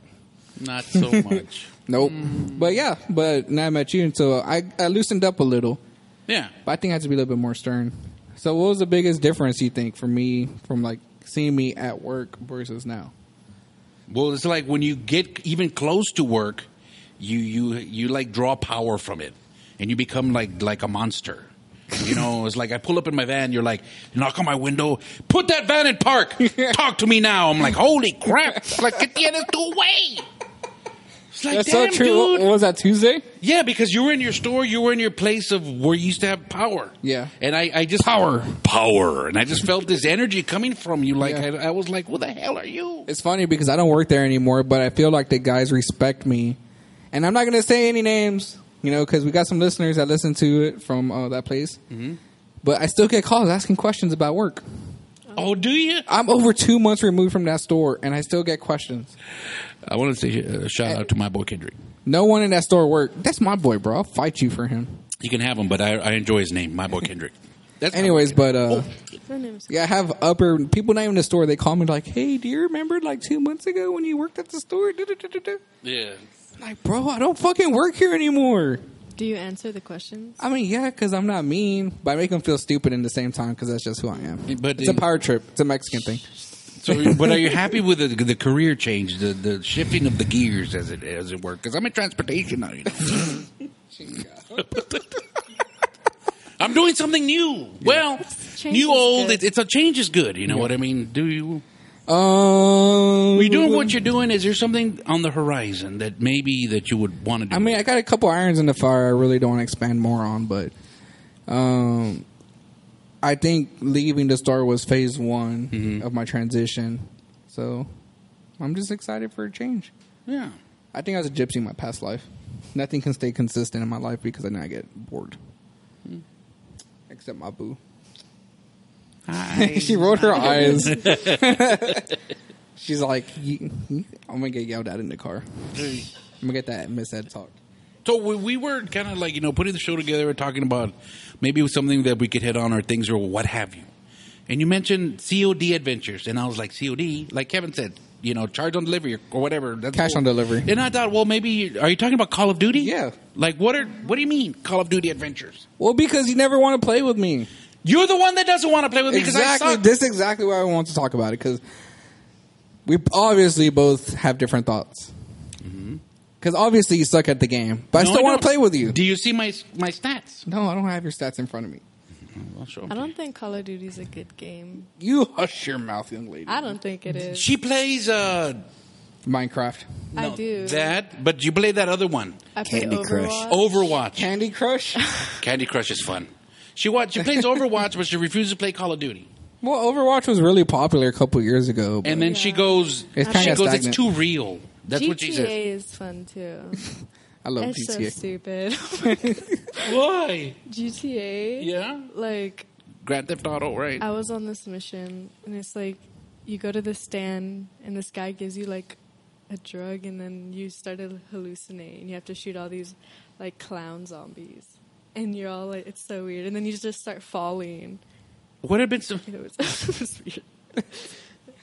A: Not so much.
C: Nope.
A: Mm.
C: But yeah, but now I met you, and so I, I loosened up a little.
A: Yeah.
C: But I think I have to be a little bit more stern. So, what was the biggest difference you think for me from like seeing me at work versus now?
A: Well, it's like when you get even close to work, you you you like draw power from it, and you become like like a monster. You know, it's like I pull up in my van. You're like, knock on my window, put that van in park. Talk to me now. I'm like, holy crap! It's like get the other two away. It's like,
C: That's
A: damn,
C: so true. What,
A: dude.
C: what was that Tuesday?
A: Yeah, because you were in your store, you were in your place of where you used to have power.
C: Yeah.
A: and I, I just power, power, and I just felt this energy coming from you. Like
C: Yeah.
A: I, I was like, "What the hell are you?"
C: It's funny because I don't work there anymore, but I feel like the guys respect me, and I'm not gonna say any names, you know, because we got some listeners that listen to it from uh, that place. Mm-hmm. But I still get calls asking questions about work.
A: Oh, do you?
C: I'm over two months removed from that store, and I still get questions.
A: I want to say a shout out to my boy Kendrick.
C: No one in that store worked. That's my boy, bro. I'll fight you for him.
A: You can have him, but I, I enjoy his name, my boy Kendrick. That's
C: Anyways, but uh,
D: Her name is-
C: Yeah, I have upper people not even in the store. They call me like, "Hey, do you remember like two months ago when you worked at the store?" Da-da-da-da-da."
A: yeah.
C: I'm like, bro, I don't fucking work here anymore.
D: Do you answer the questions?
C: I mean, yeah, because I'm not mean, but I make them feel stupid in the same time because that's just who I am.
A: But
C: it's a
A: the-
C: power trip. It's a Mexican thing.
A: So, but are you happy with the, the career change, the, the shifting of the gears, as it as it were? Because I'm in transportation now. You know? I'm doing something new. Well,
D: Change
A: new
D: is
A: old.
D: good.
A: It, it's a change is good. You know what I mean? Do you?
C: Um,
A: Are you doing what you're doing? Is there something on the horizon that maybe that you would want to do?
C: I mean, I got a couple irons in the fire. I really don't want to expand more on, but um, I think leaving the store was phase one of my transition. So I'm just excited for a change.
A: yeah.
C: I think I was a gypsy in my past life. Nothing can stay consistent in my life because then I get bored. Except my boo. she rolled her eyes. She's like, "You- you- I'm gonna get yelled at in the car. I'm gonna get that Miss Ed talk.
A: So we, we were kind of like you know putting the show together and talking about maybe it was something that we could hit on or things or what have you. And you mentioned COD adventures, and I was like COD, like Kevin said, you know, charge on delivery or whatever. That's
C: Cash on delivery.
A: And I thought, well, maybe are you talking about Call of Duty?
C: Yeah.
A: Like what are what do you mean Call of Duty adventures?
C: Well, because you never want to play with me.
A: You're the one that doesn't want to play with me because
C: exactly.
A: I suck.
C: This is exactly why I want to talk about it because we obviously both have different thoughts. Because obviously you suck at the game,
A: No,
C: but Mm-hmm. I still
A: don't.
C: want to play with you.
A: Do you see my my stats?
C: no, I don't have your stats in front of me.
A: I'll show
D: I don't think Call of Duty's a good game.
C: You hush your mouth, young lady.
D: I don't think it is.
A: She plays uh
C: Minecraft,
D: I
A: no,
D: do.
A: that, Oh, but you play that other one,
D: I play
E: Candy Crush.
D: Overwatch.
A: Overwatch.
C: Candy Crush.
A: Candy Crush is fun. She watch she plays Overwatch, but she refuses to play Call of Duty.
C: well, Overwatch was really popular a couple years ago. but-
A: And then she
D: Yeah.
A: goes,
C: It's
A: she
C: kinda
A: goes, it's
C: stagnant.
A: too real. That's what she
D: GTA
A: says.
D: is fun too.
C: I love
D: It's so
C: GTA.
D: stupid.
A: Why?
D: GTA.
A: Yeah.
D: Like
A: Grand Theft Auto, right?
D: I was on this mission, and it's like you go to the stand, and this guy gives you like a drug, and then you start to hallucinate, and you have to shoot all these like clown zombies, and you're all like, it's so weird, and then you just start falling.
A: What have been some?
D: It was, it was weird.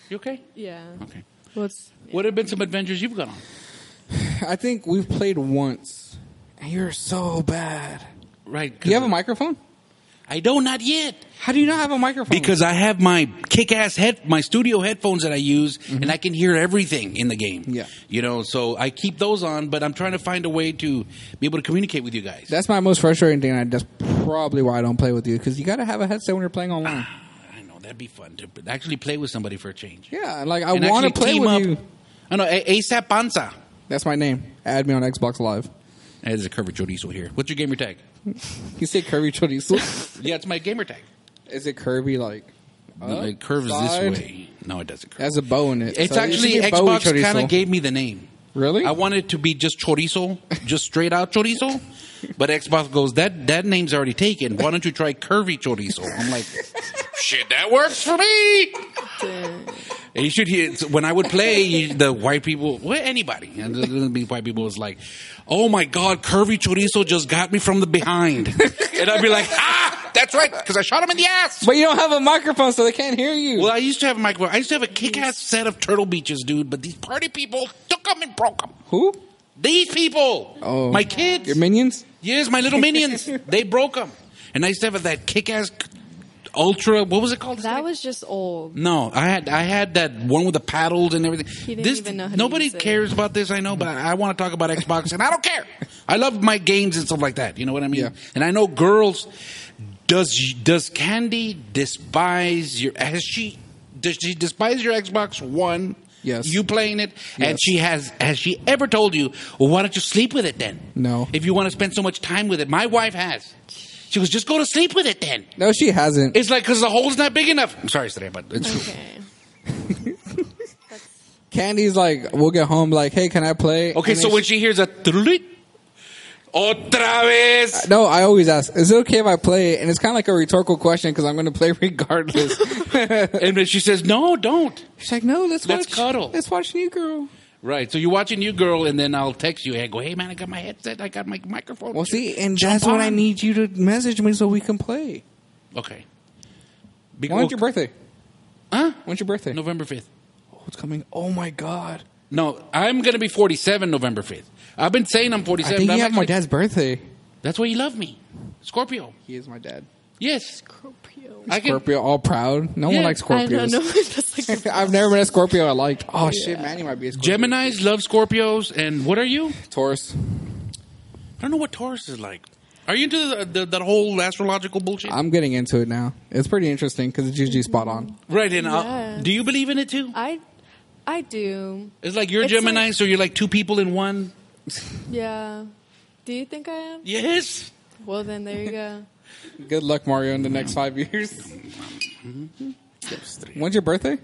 A: You okay?
D: Yeah.
A: Okay.
D: Well, it's
A: What have been some adventures you've gone on?
C: I think we've played once, and you're so bad.
A: Right.
C: Do you have a microphone?
A: I don't. Not yet.
C: How do you not have a microphone?
A: Because I have my kick-ass head, my studio headphones that I use, and I can hear everything in the game.
C: Mm-hmm. Yeah.
A: You know, so I keep those on, but I'm trying to find a way to be able to communicate with you guys.
C: That's my most frustrating thing. and That's probably why I don't play with you because you got to have a headset when you're
A: Ah.
C: playing online.
A: I know that'd be fun to actually play with somebody for a change.
C: Yeah, and, like I
A: And
C: want to
A: actually
C: play
A: team
C: with
A: up.
C: you.
A: I know A- ASAP Panza.
C: That's my name. Add me on Xbox Live.
A: Hey, There's a curvy chorizo here. What's your gamer tag?
C: You say curvy chorizo?
A: Yeah, it's my gamer tag.
C: Is it curvy like?
A: No, it curves
C: upside?
A: this way. No, it doesn't curve.
C: Uh, That's a bow in it.
A: It's
C: So it
A: actually
C: should be bowie
A: Xbox
C: chorizo.
A: kind of gave me the name.
C: Really?
A: I wanted to be just chorizo, just straight out chorizo. But Xbox goes that that name's already taken. Why don't you try curvy chorizo? I'm like, shit, that works for me.
D: uh,
A: And you should hear when I would play you- the white people, well, anybody, and the, the- the white people was like, "Oh my god, curvy chorizo just got me from the behind," and I'd be like, "Ah, that's right, because I shot him in the ass."
C: But you don't have a microphone, so they can't hear you.
A: Well, I used to have a microphone. I used to have a kick-ass set of turtle beaches, dude. But these party people took them and broke them.
C: Who?
A: These people,
C: Oh.
A: my kids,
C: Your minions?
A: yes, my little minions, they broke them. And I used to have that kick-ass ultra. What was it called?
D: that was just old.
A: no, I had I had that one with the paddles and everything.
D: didn't
A: this
D: even know how to
A: nobody
D: use it.
A: cares about this. I know, but I want to talk about Xbox, and I don't care. I love my games and stuff like that. You know what I mean?
C: Yeah.
A: And I know girls. Does does Candy despise your? Has she? Does she despise your Xbox One?
C: Yes.
A: You playing it, and
C: Yes.
A: she has. Has she ever told you? Well, why don't you sleep with it then?
C: No.
A: If you want to spend so much time with it, my wife has. She goes, just go to sleep with it then.
C: No, she hasn't.
A: It's like because the hole's not big enough. I'm sorry, Sarah, but it's true.
D: Okay.
C: Candy's like, we'll get home. Like, hey, can I play?
A: Okay,
C: And
A: so
C: then
A: when she hears a thrullit, otra vez.
C: No, I always ask, is it okay if I play? And it's kind of like a rhetorical question because I'm going to play regardless.
A: And then she says, "No, don't."
C: She's like, no, let's,
A: Let's
C: watch.
A: cuddle.
C: Let's watch New Girl.
A: Right. So you watch a new girl, and then I'll text you and go, "Hey, man, I got my headset. I got my microphone."
C: Well, see, and
A: Jump
C: that's when I
A: on.
C: need you to message me so we can play.
A: Okay. Be-
C: When's your birthday?
A: Huh?
C: When's your birthday?
A: November fifth.
C: Oh, it's coming. Oh my god!
A: No, I'm gonna be 47 November 5th. I've been saying I'm 47.
C: I think
A: I'm
C: you have my
A: actually-
C: dad's birthday.
A: That's why you love me, Scorpio.
C: He is my dad.
A: Yes,
D: Scorpio.
A: I can.
C: Scorpio, all proud. No
A: Yeah.
C: one likes
D: I don't know.
C: Scorpios.
D: That's like
C: I've never met a Scorpio I liked. Oh shit, Manny might be a Scorpio.
A: Gemini's love Scorpios, and what are you?
C: Taurus.
A: I don't know what Taurus is like. Are you into the, the, that whole astrological bullshit?
C: I'm getting into it now. It's pretty interesting because it's usually spot on.
A: right, and uh,
D: Yes.
A: do you believe in it too?
D: I, I do.
A: It's like you're
D: It's
A: Gemini,
D: like-
A: so you're like two people in one.
D: Yeah. Do you think I am?
A: Yes.
D: Well, then there you go.
C: Good luck, Mario, in the next five years. When's your birthday?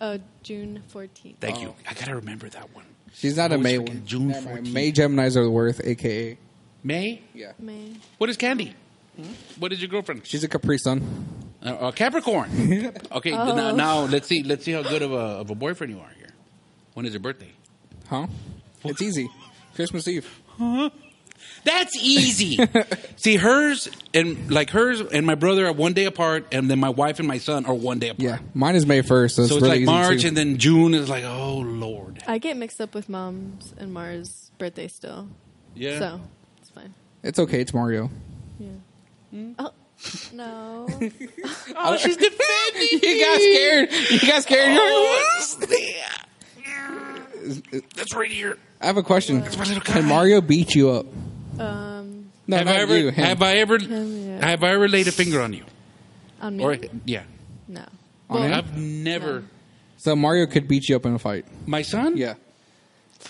D: Uh, June fourteenth.
A: Thank you. I gotta remember that one.
C: She's not
A: I
C: a
A: was
C: May
A: thinking
C: one.
A: June
C: Never mind.
A: 14th.
C: May Gemini's are the worth, aka.
A: May.
C: Yeah.
D: May.
A: What is Candy?
C: Hmm?
A: What is your girlfriend?
C: She's a Capri Sun.
A: Uh, uh, Capricorn. okay.
C: Oh.
A: th- Now, now let's see. Let's see how good of a of a boyfriend you are here. When is your birthday?
C: Huh? It's easy. Christmas Eve.
A: That's easy. See, hers and like hers and my brother are one day apart, and then my wife and my son are one day apart.
C: Yeah, mine is May first, so it's,
A: So it's
C: really
A: like
C: easy
A: March,
C: too.
A: and then June is like, oh lord.
D: I get mixed up with mom's and Mars' birthday still.
A: Yeah.
D: So it's fine.
C: it's okay. It's Mario.
D: Yeah. Oh no.
A: Oh, she's defending.
C: You got scared. You got scared. You're like, "What?"
A: That's right here.
C: I have a question.
A: my little
C: Can
A: guy.
C: Mario beat you up?
D: um.
C: No,
A: have
C: not
A: I ever?
C: you. him.
A: Have I ever?
D: Him, yeah.
A: Have I ever laid a finger on you?
D: On me.
A: Or yeah,
D: no.
C: On him?
A: I've never.
C: so Mario could beat you up in a fight.
A: My son?
C: Yeah.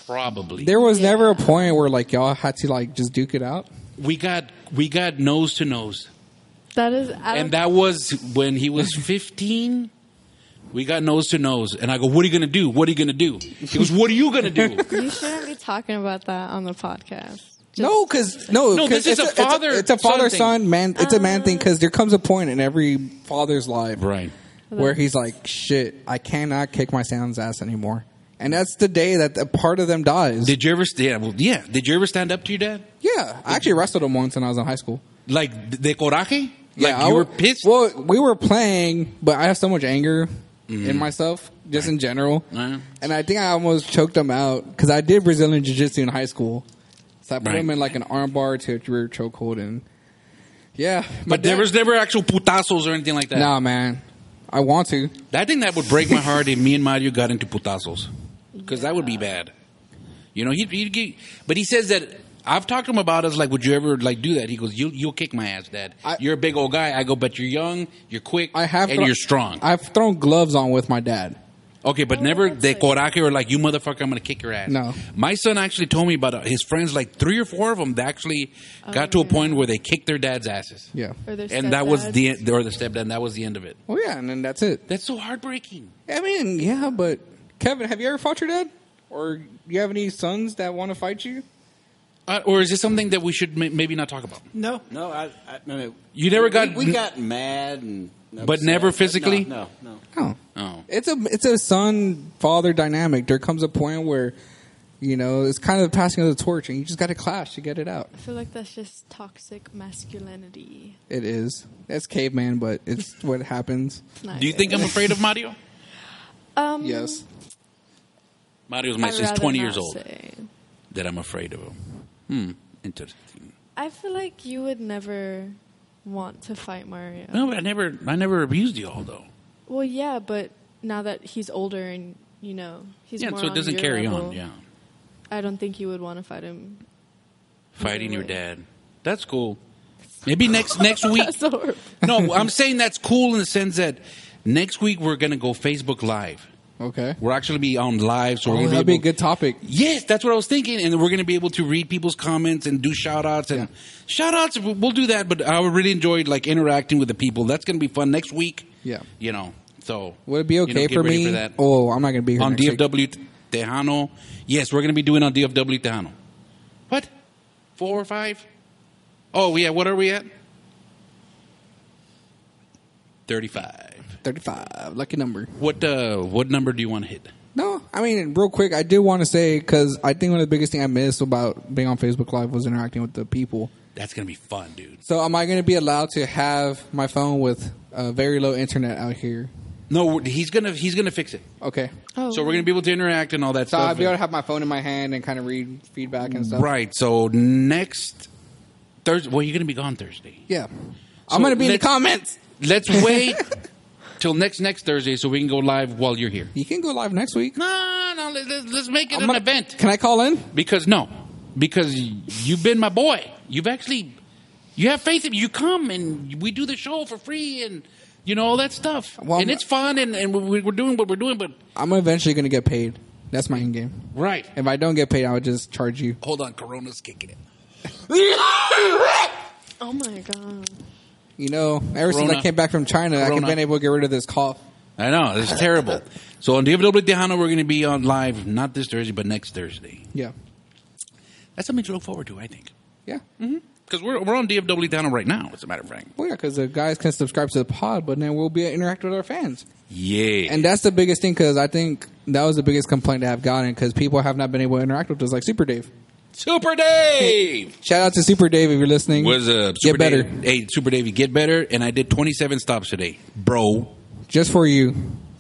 A: probably.
C: There was
D: Yeah.
C: never a point where like y'all had to like just duke it out.
A: we got we got nose to nose,
D: That is. I
A: and
D: don't,
A: that was when he was fifteen. We got nose to nose, and I go, "What are you gonna do? What are you gonna do?" He goes, "What are you gonna do?"
D: you shouldn't be talking about that on the podcast. Just-
C: No, because no,
A: No,
C: 'cause
A: this is
C: it's
A: a
C: it's
A: father-
C: It's a, father
A: son
C: son man. It's a man thing because there comes a point in every father's life
A: right.
C: where he's like, "Shit, I cannot kick my son's ass anymore." And that's the day that a part of them dies.
A: Did you ever? st- Yeah, well, yeah. Did you ever stand up to your dad?
C: yeah, I actually wrestled him once when I was in high school.
A: Like de coraje?
C: Yeah,
A: Like
C: I
A: you were
C: w-
A: pissed?
C: Well, we were playing, but I have so much anger in myself, just in general.
A: Mm-hmm. Right. Uh-huh.
C: And I think I almost choked him out because I did Brazilian Jiu Jitsu in high school. So I put
A: Right.
C: him in like an armbar to a rear chokehold, and yeah. my
A: but there
C: dad-
A: was never actual putazos or anything like that.
C: Nah, man. I want to.
A: I think that would break my heart if me and Mario got into putazos, because that would be bad. You know, he'd, he'd get, but he says that I've talked to him about it. Like, would you ever like do that? He goes, "You you'll kick my ass, Dad.
C: I-
A: you're a big old guy." I go, "But you're young, you're quick,
C: I have
A: and
C: thro-
A: you're strong."
C: I've thrown gloves on with my dad.
A: okay, but
D: Oh,
A: never
D: that's
A: de
D: like-
A: coraje or like you motherfucker, I'm gonna kick your ass.
C: No.
A: my son actually told me about it. his friends, like three or four of them, they actually got to a
D: Oh, yeah.
A: point where they kicked their dad's asses.
C: Yeah.
D: Or their
A: and that was
D: stepdad.
A: the end, or the stepdad. and That was the end of it.
C: Well, yeah, and then that's it.
A: That's so heartbreaking.
C: I mean, yeah, but Kevin, have you ever fought your dad? Or you have any sons that want to fight you?
A: Uh, or is this something that we should may- maybe not talk about?
B: No.
E: No, I, I no, no.
A: You never
E: We-
A: got-
E: We, got mad and.
A: But
E: upset,
A: never
E: no,
A: physically?
E: No, no.
C: Oh.
A: Oh,
C: It's a it's a son father dynamic. There comes a point where you know it's kind of passing of the torch, and you just got to clash to get it out.
D: I feel like that's just toxic masculinity.
C: It is that's caveman, but it's what happens.
D: It's not
A: do you
D: good.
A: think I'm afraid of Mario?
D: Um,
C: Yes,
A: Mario's my
D: I'd
A: son's
D: rather
A: 20
D: not
A: years old.
D: say.
A: That I'm afraid of him. Hmm. Interesting.
D: I feel like you would never want to fight Mario.
A: No, but I never, I never abused you all though.
D: Well, yeah, but now that he's older and you know he's
A: yeah,
D: more
A: so it
D: on
A: doesn't
D: your
A: carry
D: level,
A: on. Yeah,
D: I don't think you would want to fight him.
A: fighting your
D: way.
A: dad. That's cool. Maybe next next week.
D: That's horrible.
A: No, I'm saying that's cool in the sense that next week we're gonna go Facebook Live.
C: okay.
A: We're actually be on live, so we're
C: Oh,
A: gonna
C: that'd
A: be
C: be a
A: able-
C: good topic.
A: Yes, that's what I was thinking, and we're going to be able to read people's comments and do shout outs and shout outs. We'll do that, but I really enjoyed like interacting with the people. That's going to be fun next week.
C: Yeah.
A: you know. So
C: Would it be
A: you
C: okay
A: know, get
C: for
A: ready
C: me?
A: for that.
C: Oh, I'm not gonna be here
A: on
C: next week.
A: DFW Tejano? Yes, we're going to be doing on DFW Tejano. What? Four or five? Oh yeah, what are we at? Thirty-five.
C: Thirty-five, lucky number.
A: What uh, what number do you want to hit?
C: No, I mean, real quick, I do want to say because I think one of the biggest thing I missed about being on Facebook Live was interacting with the people.
A: That's going to be fun, dude.
C: So, am I going to be allowed to have my phone with uh, very low internet out here?
A: No, he's gonna he's gonna fix it.
C: Okay,
D: Oh,
A: So we're gonna be able to interact and all that
C: So
A: stuff.
C: I'd be able to have my phone in my hand and kind of read feedback and stuff.
A: Right. So next Thursday, well, you're going to be gone Thursday.
C: Yeah. I'm gonna be in the
A: let's-
C: comments.
A: Let's wait till next next Thursday so we can go live while you're here.
C: You can go live next week.
A: No, no, let- let's, let's make it
C: I'm
A: an
C: gonna-
A: event
C: Can I call in?
A: because no, because you've been my boy. You've actually you have faith in you come and we do the show for free and you know all that stuff
C: Well,
A: and
C: I'm-
A: it's fun and and we- we're doing what we're doing. But
C: I'm eventually gonna get paid. That's my end game.
A: right,
C: If I don't get paid, I would just charge you.
A: hold on, Corona's kicking it.
D: Oh my god.
C: You know, ever since
A: Corona.
C: I came back from China, I've
A: Corona.
C: been able to get rid of this cough.
A: I know it's terrible. so on DFW Tejano, we're going to be on live not this Thursday but next Thursday.
C: Yeah.
A: That's something to look forward to, I think.
C: Yeah.
A: Because we're, we're on DFW Down right now, as a matter of fact.
C: Well, yeah, because the guys can subscribe to the pod, but then we'll be able to interact with our fans.
A: Yeah.
C: And that's the biggest thing because I think that was the biggest complaint I've gotten because people have not been able to interact with us like Super Dave.
A: Super Dave.
C: Shout out to Super Dave if you're listening.
A: Was a
C: Get better.
A: Hey, Super Dave, you get better. And I did 27 stops today, bro.
C: Just for you.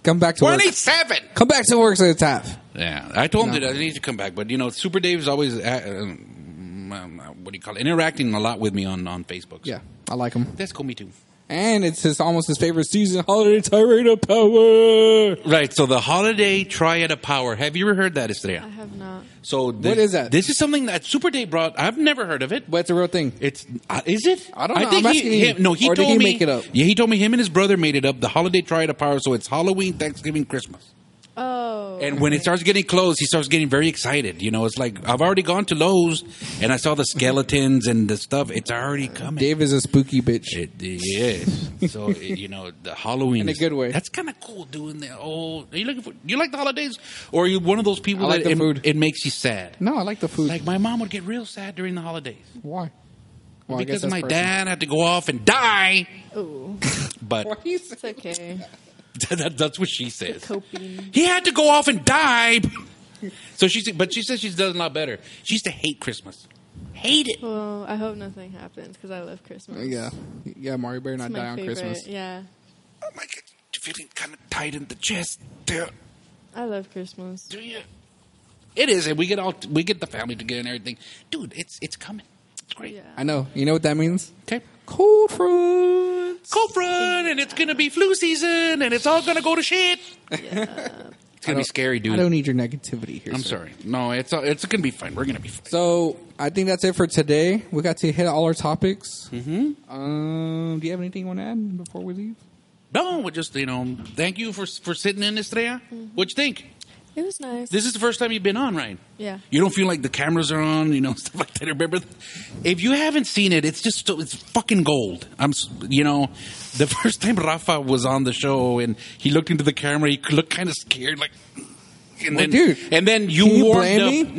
C: Come back to work.
A: 27.
C: Come back to work to the top.
A: Yeah, I told him that I need to come back, but you know, Super Dave's always uh, um, um, what do you call it? Interacting a lot with me on on Facebook.
C: Yeah, I like him.
A: that's cool. Me too.
C: And it's his almost his favorite season holiday tirade of power.
A: Right. So the holiday triad of power. Have you ever heard that, Estrella?
D: I have not.
A: So thi-
C: What is that?
A: This is something that Super Dave brought. I've never heard of it.
C: But it's a real thing.
A: It's uh, is it?
C: I don't know. I'm
A: he,
C: asking you.
A: him- no, he
C: Or did
A: told
C: he
A: me.
C: make it up?
A: Yeah, he told me him and his brother made it up. The holiday triad of power. So it's Halloween, Thanksgiving, Christmas.
D: Oh.
A: And when it starts getting close, he starts getting very excited. You know, it's like I've already gone to Lowe's and I saw the skeletons and the stuff. It's already coming.
C: Dave is a spooky bitch.
A: It, yeah. so it- you know the Halloween
C: In a
A: is-
C: good way.
A: That's kind of cool doing the old. Are you looking for? You like the holidays, or are you one of those people
C: I like
A: that
C: the
A: it,
C: food.
A: it makes you sad?
C: No, I like the food.
A: Like my mom would get real sad during the holidays
C: Why? Well, I
A: because
C: guess that's
A: my
C: personal.
A: dad had to go off and die.
D: Ooh.
A: But
D: Oh, It's okay.
A: that, that's what she says.
D: Coping.
A: He had to go off and die. So she, said- but she says she's done a lot better. She used to hate Christmas, hate it.
D: Well, I hope nothing happens because I love Christmas.
C: Yeah, yeah. Mario better
D: It's
C: not
D: my
C: die on
D: favorite.
C: Christmas.
D: Yeah.
A: Oh my god, feeling kind of tight in the chest. Dude.
D: I love Christmas.
A: Do you? It is, and we get all we get the family together and everything, dude. It's it's coming. It's great.
D: Yeah.
C: I know. You know what that means?
A: Okay.
C: Cold fronts.
A: Cold front, and it's gonna be flu season, and it's all gonna go to shit. it's gonna be scary, dude.
C: I don't need your negativity here.
A: I'm
C: sir.
A: sorry. No, it's uh, it's gonna be fine. We're gonna be fine.
C: So I think that's it for today. We got to hit all our topics. Mm-hmm. Um, do you have anything you want to add before we leave?
A: No, we just you know, thank you for for sitting in, Estrella. What you think?
D: It was nice.
A: This is the first time you've been on, right?
D: Yeah.
A: You don't feel like the cameras are on, you know, stuff like that. Remember, if you haven't seen it, it's just it's fucking gold. I'm, s- you know, the first time Rafa was on the show and he looked into the camera, he looked kind of scared, like. And
C: Well,
A: then,
C: dude,
A: and then you
C: can you
A: warmed
C: blame
A: up.
C: me?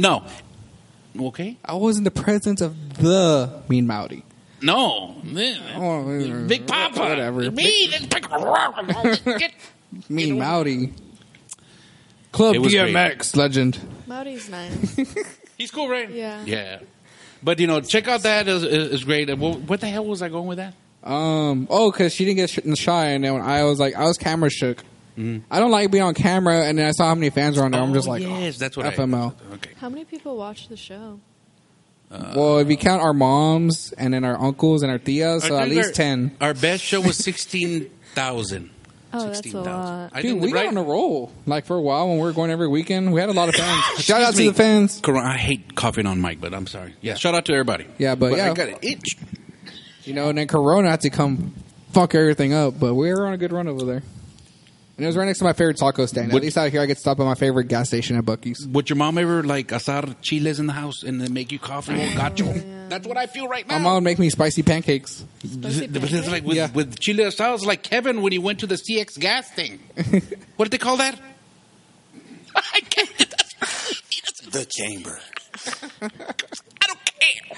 A: No. Okay.
C: I was in the presence of the mean Maori.
A: No.
C: Oh,
A: Big Papa.
C: whatever.
A: Me. Get-
C: Mean Maori. Club
A: It was
C: DMX legend.
D: Maori's nice.
A: He's cool, right?
D: Yeah.
A: Yeah. But you know, check out that is, is, is great. And What, what the hell was I going with that?
C: Um. Oh, because she didn't get sh- shy, and then when I was like, I was camera shook. I don't like being on camera, and then I saw how many fans are on there. I'm
A: Mm. Oh,
C: just like,
A: yes,
C: oh,
A: that's what I-
C: FML.
A: Okay.
D: How many people watch the show?
C: well, if you count our moms and then our uncles and our tias, so
A: Uh, I
C: at
A: think
C: least
A: our-
C: ten.
A: Our best show was sixteen thousand.
D: Oh, that's a lot.
A: I
C: Dude,
A: think
C: we
A: the
C: got
A: right.
C: on a roll. Like for a while, when we were going every weekend, we had a lot of fans. Shout out to
A: Excuse
C: the
A: me.
C: fans.
A: Corona- I hate coughing on mic, but I'm sorry. Yeah, shout out to everybody.
C: Yeah, but yeah.
A: I got an itch.
C: You know, and then Corona had to come fuck everything up, but we were on a good run over there. And it was right next to my favorite taco stand.
A: Would-
C: at least out here, I could stop at my favorite gas station at Bucky's.
A: Would your mom ever like asar chiles in the house and then make you cough and go gacho?
D: yeah.
A: That's what I feel right
C: My
A: now.
C: mom would make me spicy pancakes.
A: Th- th- but it's like with,
C: Yeah.
A: with chile asar, it's like Kevin when he went to the CX gas thing. what did they call that? I can't. the chamber. I don't care.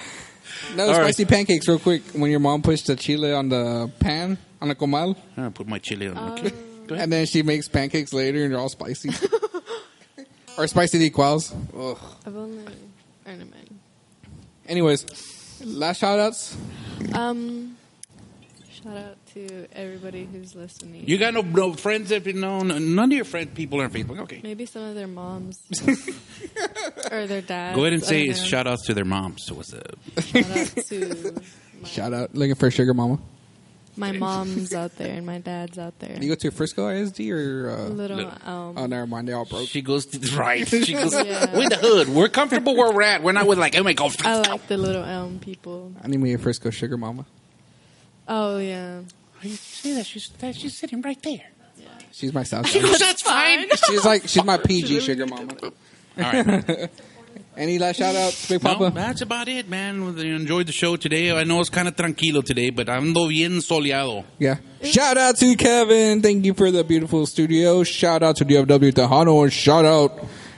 C: No,
A: All
C: spicy pancakes, real quick. When your mom pushed the chile on the pan, on the comal,
A: I Ah, put my chili on. my cake. Go ahead.
C: and then she makes pancakes later and they're all spicy. or spicy liquors. Ugh.
D: I've only. I don't mind.
C: Anyways, last shout outs.
D: Um, shout out to everybody who's listening.
A: You got no, no friends if you know none of your friend people are on Facebook. Okay.
D: Maybe some of their moms or their dads.
A: Go ahead and
D: I
A: say
D: don't know.
A: shout outs to their moms. So what's up?
D: Shout out to my,
C: Shout out. Looking for Sugar Mama.
D: my mom's out there and my dad's out there.
C: You go to Frisco ISD or. Uh,
D: Little
A: Little.
D: Elm.
C: Oh, never mind. They all broke.
A: She goes to, right. She goes
D: Yeah.
A: with the hood. We're comfortable where we're at. We're not with like oh my god.
D: I like the Little Elm people.
C: I need me a Frisco Sugar Mama.
D: Oh yeah,
A: See that she's that, she's sitting right there.
C: She's my South.
A: She
C: Side.
A: goes that's fine.
C: She's like she's my PG sugar mama.
A: All right.
C: Any last shout outs, Big
A: No,
C: Papa?
A: that's about it, man. You enjoyed the show today. I know it's kind of tranquilo today, but ando bien soleado.
C: Yeah. Shout out to Kevin. Thank you for the beautiful studio. Shout out to DFW Tejano and shout out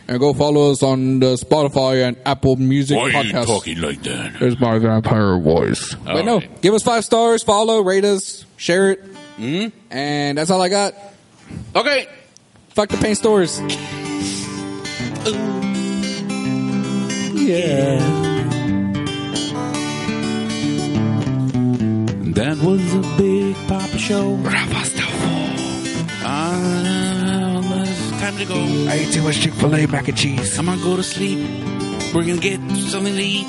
C: and go follow us on the Spotify and Apple Music podcast.
A: like that?
C: There's my vampire voice. but no,
A: right.
C: give us five stars, follow, rate us, share it, and that's all I got.
A: Okay.
C: Fuck the paint stores. Yeah.
A: That was a big papa show. Uh, it's time to go.
B: I ate too much Chick Fil A mac and cheese.
A: I'm gonna go to sleep. We're gonna get something to eat.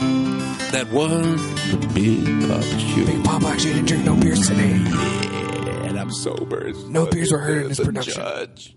A: That was the big papa show.
B: Big Papa actually didn't drink no beers today.
A: And I'm sober. as
B: No
A: fuck
B: beers were heard in
A: as
B: this
A: a
B: production.
A: judge.